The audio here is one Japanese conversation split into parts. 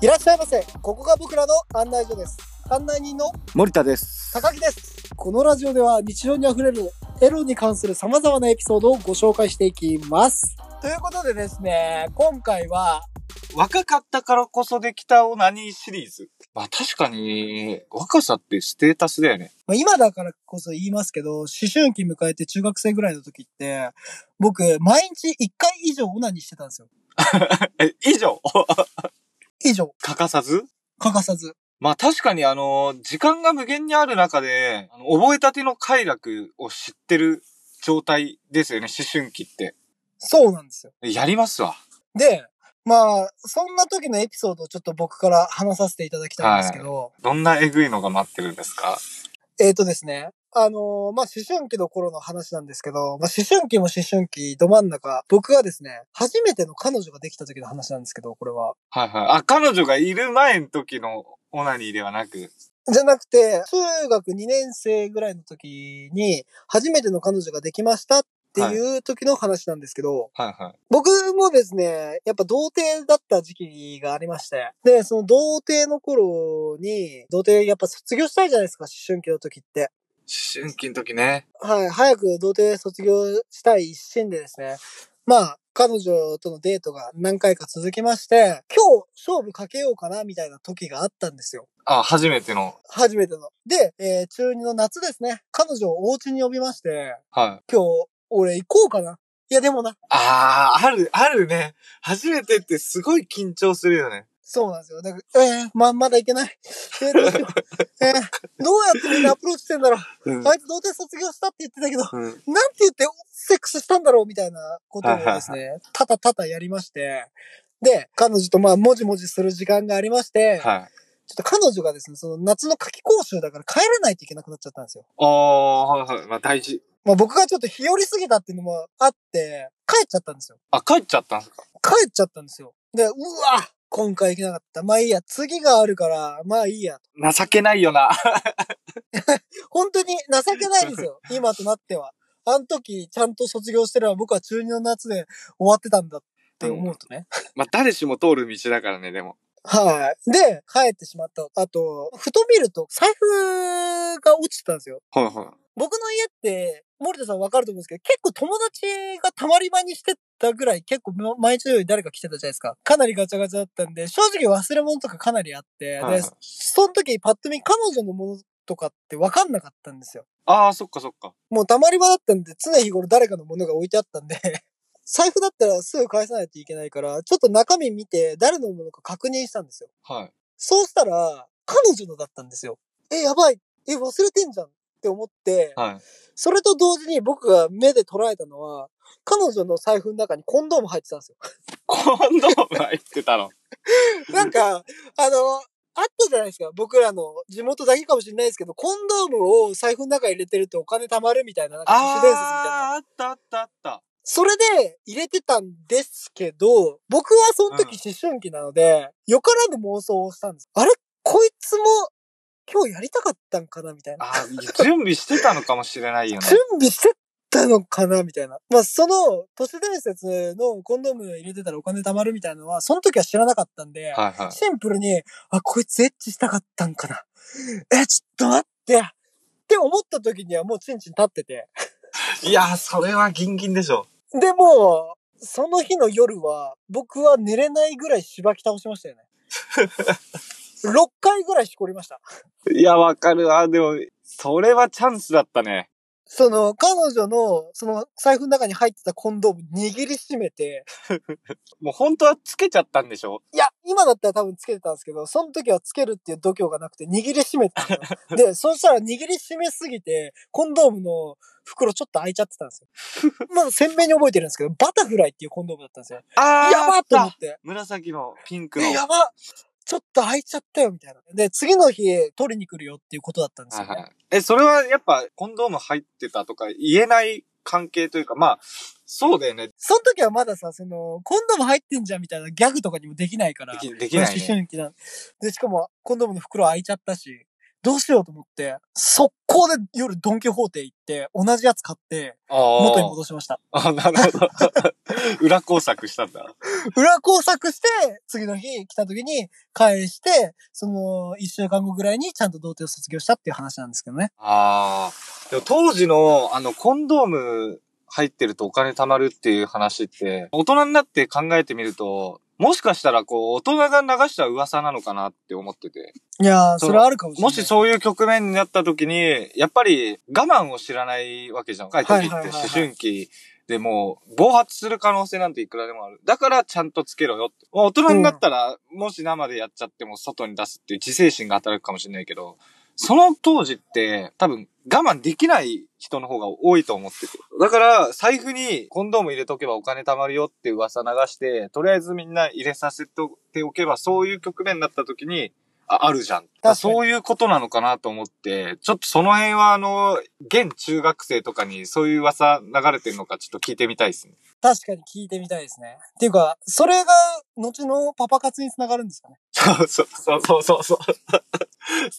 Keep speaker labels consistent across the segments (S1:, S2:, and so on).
S1: いらっしゃいませ。ここが僕らの案内所です。案内人の
S2: 森田です。
S1: 高木です。このラジオでは日常にあふれるエロに関する様々なエピソードをご紹介していきます。
S3: ということでですね、今回は、若かったからこそできたオナニーシリーズ。まあ確かに、若さってステータスだよね。
S1: まあ今だからこそ言いますけど、思春期迎えて中学生ぐらいの時って、僕、毎日1回以上オナニーしてたんですよ。
S3: え、以上
S1: 以上、
S3: 欠かさず
S1: 欠かさず。
S3: まあ確かにあの、時間が無限にある中で、あの覚えたての快楽を知ってる状態ですよね、思春期って。
S1: そうなんですよ。
S3: やりますわ。
S1: で、まあ、そんな時のエピソードをちょっと僕から話させていただきたいんですけど、
S3: どんなえぐいのが待ってるんですか
S1: えーとですね。あのーまあ、思春期の頃の話なんですけど、まあ、思春期も思春期ど真ん中、僕がですね、初めての彼女ができた時の話なんですけど、これは。
S3: はいはい。あ、彼女がいる前の時のオナニーではなく。
S1: じゃなくて、中学2年生ぐらいの時に、初めての彼女ができましたっていう時の話なんですけど、
S3: はいはい。
S1: 僕もですね、やっぱ童貞だった時期がありまして、で、その童貞の頃に、童貞やっぱ卒業したいじゃないですか、思春期の時って。
S3: 思春期の時ね。
S1: はい、早く童貞卒業したい一心でですね。まあ、彼女とのデートが何回か続きまして、今日勝負かけようかなみたいな時があったんですよ。
S3: あ、初めての。
S1: 初めての。で、えー中2の夏ですね。彼女をお家に呼びまして、
S3: はい。
S1: 今日、俺行こうかな。いや、でもな。
S3: ああ、ある、あるね。初めてってすごい緊張するよね。
S1: そうなんですよ。だから、えー、ま、まだ行けない。えー、どうしよう。えー、どうやってみんなアプローチしてんだろう。
S3: うん
S1: あいつ童貞卒業したって言ってたけど、
S3: うん。
S1: なんて言ってセックスしたんだろうみたいなことをですね、ただただやりまして、で、彼女とまあ、もじもじする時間がありまして、ちょっ
S3: はい。
S1: と彼女がですね、その夏の夏季講習だから帰らないといけなくなっちゃったんですよ。
S3: ああ、はいはい。まあ大事。
S1: まあ僕がちょっと日和すぎたっていうのもあって、帰っちゃったんですよ。
S3: あ、帰っちゃったんですか
S1: 帰っちゃったんですよ。で、うわ今回行けなかった。まあいいや、次があるから、まあいいや。
S3: 情けないよな。
S1: 本当に情けない ですよ。今となっては。あの時、ちゃんと卒業してれば僕は中2の夏で終わってたんだって思うとね。
S3: まあ誰しも通る道だからね、でも。
S1: はい。で、帰ってしまった。あと、ふと見ると財布が落ちてたんですよ。
S3: はいは
S1: 僕の家って、森田さんわかると思うんですけど、結構友達がたまり場にしてたぐらい、結構ま毎日のように誰か来てたじゃないですか。かなりガチャガチャだったんで、正直忘れ物とかかなりあって、
S3: はいは
S1: で
S3: い、
S1: その時パッと見彼女のものとかってわかんなかったんですよ。
S3: ああ、そっかそっか。
S1: もうたまり場だったんで、常日頃誰かのものが置いてあったんで、財布だったらすぐ返さないといけないから、ちょっと中身見て、誰のものか確認したんですよ。
S3: はい。
S1: そうしたら、彼女のだったんですよ。え、やばい。え、忘れてんじゃんって思って、
S3: はい。
S1: それと同時に僕が目で捉えたのは、彼女の財布の中にコンドーム入ってたんです よ。
S3: コンドーム入ってたの。
S1: なんか、あの、あったじゃないですか。僕らの地元だけかもしれないですけど、コンドームを財布の中に入れてるとお金貯まるみたいな、なんか都市伝説みたいな。
S3: ああ、あったあったあった。
S1: それで入れてたんですけど、僕はその時思春期なので、よからぬ妄想をしたんです。あれこいつも今日やりたかったんかなみたいな。
S3: ああ、準備してたのかもしれないよね。
S1: 準備してたのかなみたいな。まあ、その都市伝説のコンドーム入れてたらお金貯まるみたいなのは、その時は知らなかったんで、
S3: はいはい。
S1: シンプルに、あ、こいつエッチしたかったんかな。え、ちょっと待って。って思った時にはもうチンチン立ってて。
S3: いやー、それはギンギンでしょ。
S1: でも、その日の夜は、僕は寝れないぐらいしばき倒しました よね。6回ぐらいしこりました。
S3: いや、わかる。あ、でも、それはチャンスだったね。
S1: その、彼女の、その、財布の中に入ってたコンドーム握りしめて、
S3: もう本当はつけちゃったんでしょ
S1: いや、今だったら多分つけてたんですけど、その時はつけるっていう度胸がなくて、握りしめてたん ですよ。で、そしたら握りしめすぎて、コンドームの袋ちょっと開いちゃってたんです よ。まだ鮮明に覚えてるんですけど、バタフライっていうコンドームだったんですよ。
S3: あ
S1: やばっと思って。
S3: 紫のピンクの。
S1: え、やばちょっと開いちゃったよ、みたいな。で、次の日、取りに来るよっていうことだったんです
S3: は
S1: よ、
S3: い
S1: ね。
S3: はい。え、それはやっぱ、コンドーム入ってたとか言えない関係というか、まあ、そうだよね。
S1: その時はまださ、その、コンドーム入ってんじゃんみたいなギャグとかにもできないから。
S3: できできない、
S1: 思
S3: ね。
S1: 春期なんで、しかも、コンドームの袋開いちゃったし、どうしようと思って、速攻で夜ドンキホーテ行って、同じやつ買って、
S3: あー
S1: 元に戻しました。
S3: あ、なるほど。 裏工作したんだ。
S1: 裏工作して、次の日来た時に返して、その、一週間後ぐらいにちゃんと童貞を卒業したっていう話なんですけどね。
S3: ああ。でも当時の、あの、コンドーム入ってるとお金貯まるっていう話って、大人になって考えてみると、もしかしたらこう、大人が流した噂なのかなって思ってて。
S1: いやー、それはあるかもしれな
S3: も
S1: い。
S3: しそういう局面になった時に、やっぱり我慢を知らないわけじゃん。若い時って
S1: はいはいは
S3: 思
S1: いはい
S3: 春期でもう暴発する可能性なんていくらでもある。だからちゃんとつけろよって。まあ大人になったら、もし生でやっちゃっても外に出すっていう自制心が働くかもしれないけど、その当時って多分我慢できない人の方が多いと思ってて。だから財布にコンドーム入れとけばお金貯まるよって噂流して、とりあえずみんな入れさせておけばそういう局面になった時に、ああるじゃん。
S1: かに
S3: そういうことなのかなと思って、ちょっとその辺はあの、現中学生とかにそういう噂流れてるのかちょっと聞いてみたいですね。
S1: 確かに聞いてみたいですね。っていうか、それが、後のパパ活につながるんですかね。
S3: そうそうそうそう そう。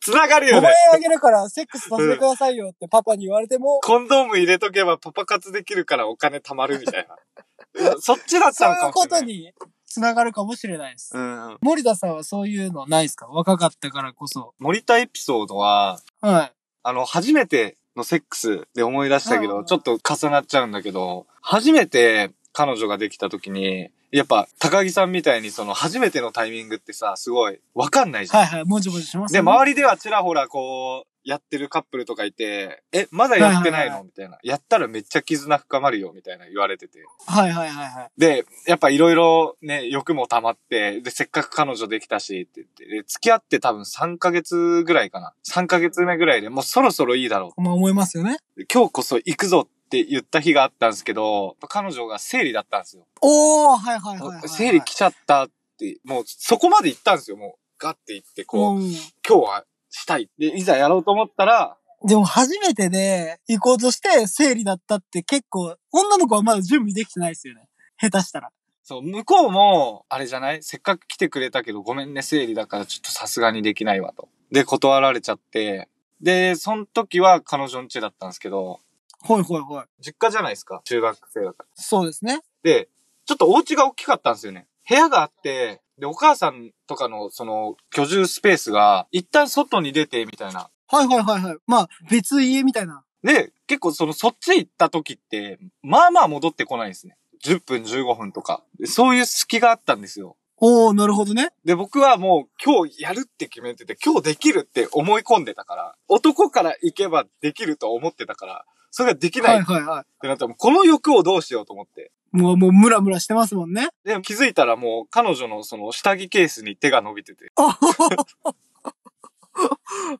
S3: つながる
S1: 5
S3: よ
S1: 万
S3: ね。
S1: 円あげるから、セックスさせてくださいよってパパに言われても、
S3: コンドーム入れとけばパパ活できるからお金貯まるみたいな いや。そっちだっ
S1: そう
S3: たの
S1: い
S3: か
S1: う
S3: も
S1: こ
S3: しれな
S1: と
S3: い。
S1: につながるかもしれないです。
S3: うんうん。
S1: 森田さんはそういうのないですか若かったからこそ。
S3: 森田エピソードは、
S1: はい。
S3: あの、初めてのセックスで思い出したけ
S1: う
S3: ど、
S1: ん
S3: ちょっと重なっちゃうんだけど、初めて彼女ができた時に、やっぱ高木さんみたいにその初めてのタイミングってさ、すごいわかんないじゃん。
S1: はいはい、もじもじします、
S3: で、
S1: ね。
S3: 周りではちらほらこう、やってるカップルとかいて、え、まだやってない
S1: はいはいは
S3: のみたいな。やったらめっちゃ絆深まるよ、みたいな言われてて。
S1: はいはいはいはい。
S3: で、やっぱいろいろね、欲も溜まって、で、せっかく彼女できたし、って言って、で付き合って多分3ヶ月ぐらいかな。3ヶ月目ぐらいでもうそろそろいいだろう
S1: まあ思いますよね。
S3: 今日こそ行くぞって言った日があったんですけど、彼女が生理だったんですよ。
S1: おー、はいはいはい、はい。
S3: 生理来ちゃったって、もうそこまで行ったんですよ。もうガッて行って、こう、
S1: うん
S3: 今日はしたい。で、いざやろうと思ったら、
S1: でも初めてで行こうとして生理だったって結構、女の子はまだ準備できてないですよね。下手したら。
S3: そう、向こうも、あれじゃないせっかく来てくれたけど、ごめんね、生理だからちょっとさすがにできないわと。で、断られちゃって、で、その時は彼女ん家だったんですけど、
S1: ほいほいほい。
S3: 実家じゃないですか中学生だから。
S1: そうですね。
S3: で、ちょっとお家が大きかったんですよね。部屋があって、で、お母さんとかの、その、居住スペースが、一旦外に出て、みたいな。
S1: はいはいはいはい。まあ、別家みたいな。
S3: で、結構その、そっち行った時って、まあまあ戻ってこないんですね。10分、15分とか。でそういう隙があったんですよ。
S1: おー、なるほどね。
S3: で、僕はもう今日やるって決めてて、今日できるって思い込んでたから、男から行けばできると思ってたから、それができな
S1: はいい
S3: っ
S1: はいは
S3: てなったら、もうこの欲をどうしようと思って。
S1: い。もう、もうムラムラしてますもんね。
S3: で、気づいたらもう彼女のその下着ケースに手が伸びてて、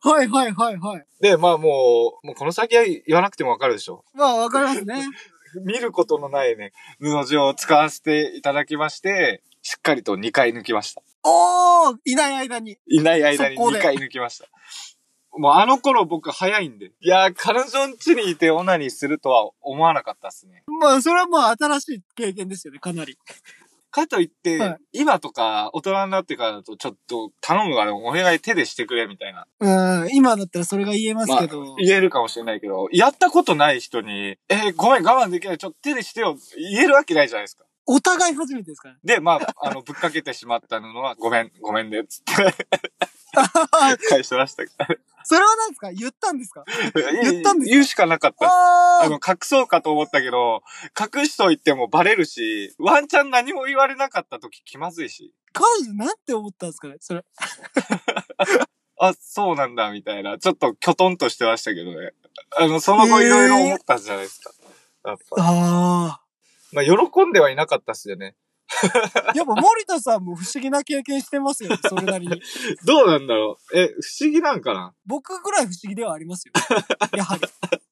S1: はいはいはいはい。
S3: で、まあもう、もうこの先は言わなくてもわかるでしょ。
S1: まあ、わかります ね。
S3: 見ることのないね、布地を使わせていただきまして、しっかりと2回抜きました。
S1: おー、いない間に。
S3: いない間に
S1: 速攻で
S3: 2回抜きました。もうあの頃僕早いんで。いやー、彼女ん家にいてオナニーするとは思わなかったですね。
S1: まあ、それはまあ、新しい経験ですよね、かなり。
S3: かといって、
S1: はい
S3: 今とか大人になってからだとちょっと頼むからお願い手でしてくれみたいな。
S1: うん、今だったらそれが言えますけど。
S3: 言えるかもしれないけど、やったことない人に、えーごめん我慢できない、ちょっと手でしてよ、言えるわけないじゃないですか。
S1: お互い初めてですから ね。
S3: で、まあ、あの、ぶっかけてしまったのは、ごめん、ごめんね、つって、返してましたけ
S1: それは何ですか言ったんですか
S3: ど。
S1: 言ったんですか
S3: 言うしかなかった。
S1: あ
S3: あ
S1: ー
S3: の、隠そうかと思ったけど、隠しといてもバレるし、ワンチャン何も言われなかった時気まずいし、
S1: 彼女なんて思ったんですかねそれ。
S3: あ、そうなんだ、みたいな、ちょっときょとんとしてましたけどね。あの、その後
S1: へー
S3: いろいろ思ったんじゃないですか。やっぱ。
S1: あ
S3: まあ、喜んではいなかったっすよね。
S1: あ。やっぱ森田さんも不思議な経験してますよ、それなりに。
S3: どうなんだろう。え、不思議なんかな
S1: 僕ぐらい不思議ではありますよ。や はり。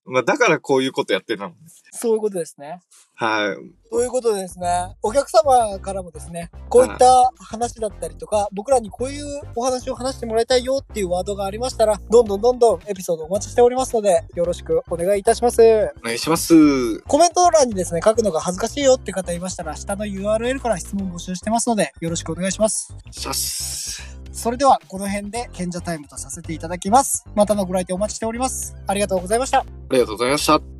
S3: まあ、だからこういうことやってたもんね。
S1: そういうことですね。
S3: はい。
S1: ということでですね、お客様からもですね、こういった話だったりとか、僕らにこういうお話を話してもらいたいよっていうワードがありましたら、どんどんどんどんエピソードお待ちしておりますので、よろしくお願いいたします。
S3: お願いします。
S1: コメント欄にですね、書くのが恥ずかしいよって方いましたら、下の URL から質問募集してますので、よろしくお願いします。
S3: シャス。
S1: それでは、この辺で賢者タイムとさせていただきます。またのご来店お待ちしております。ありがとうございました。
S3: ありがとうございました。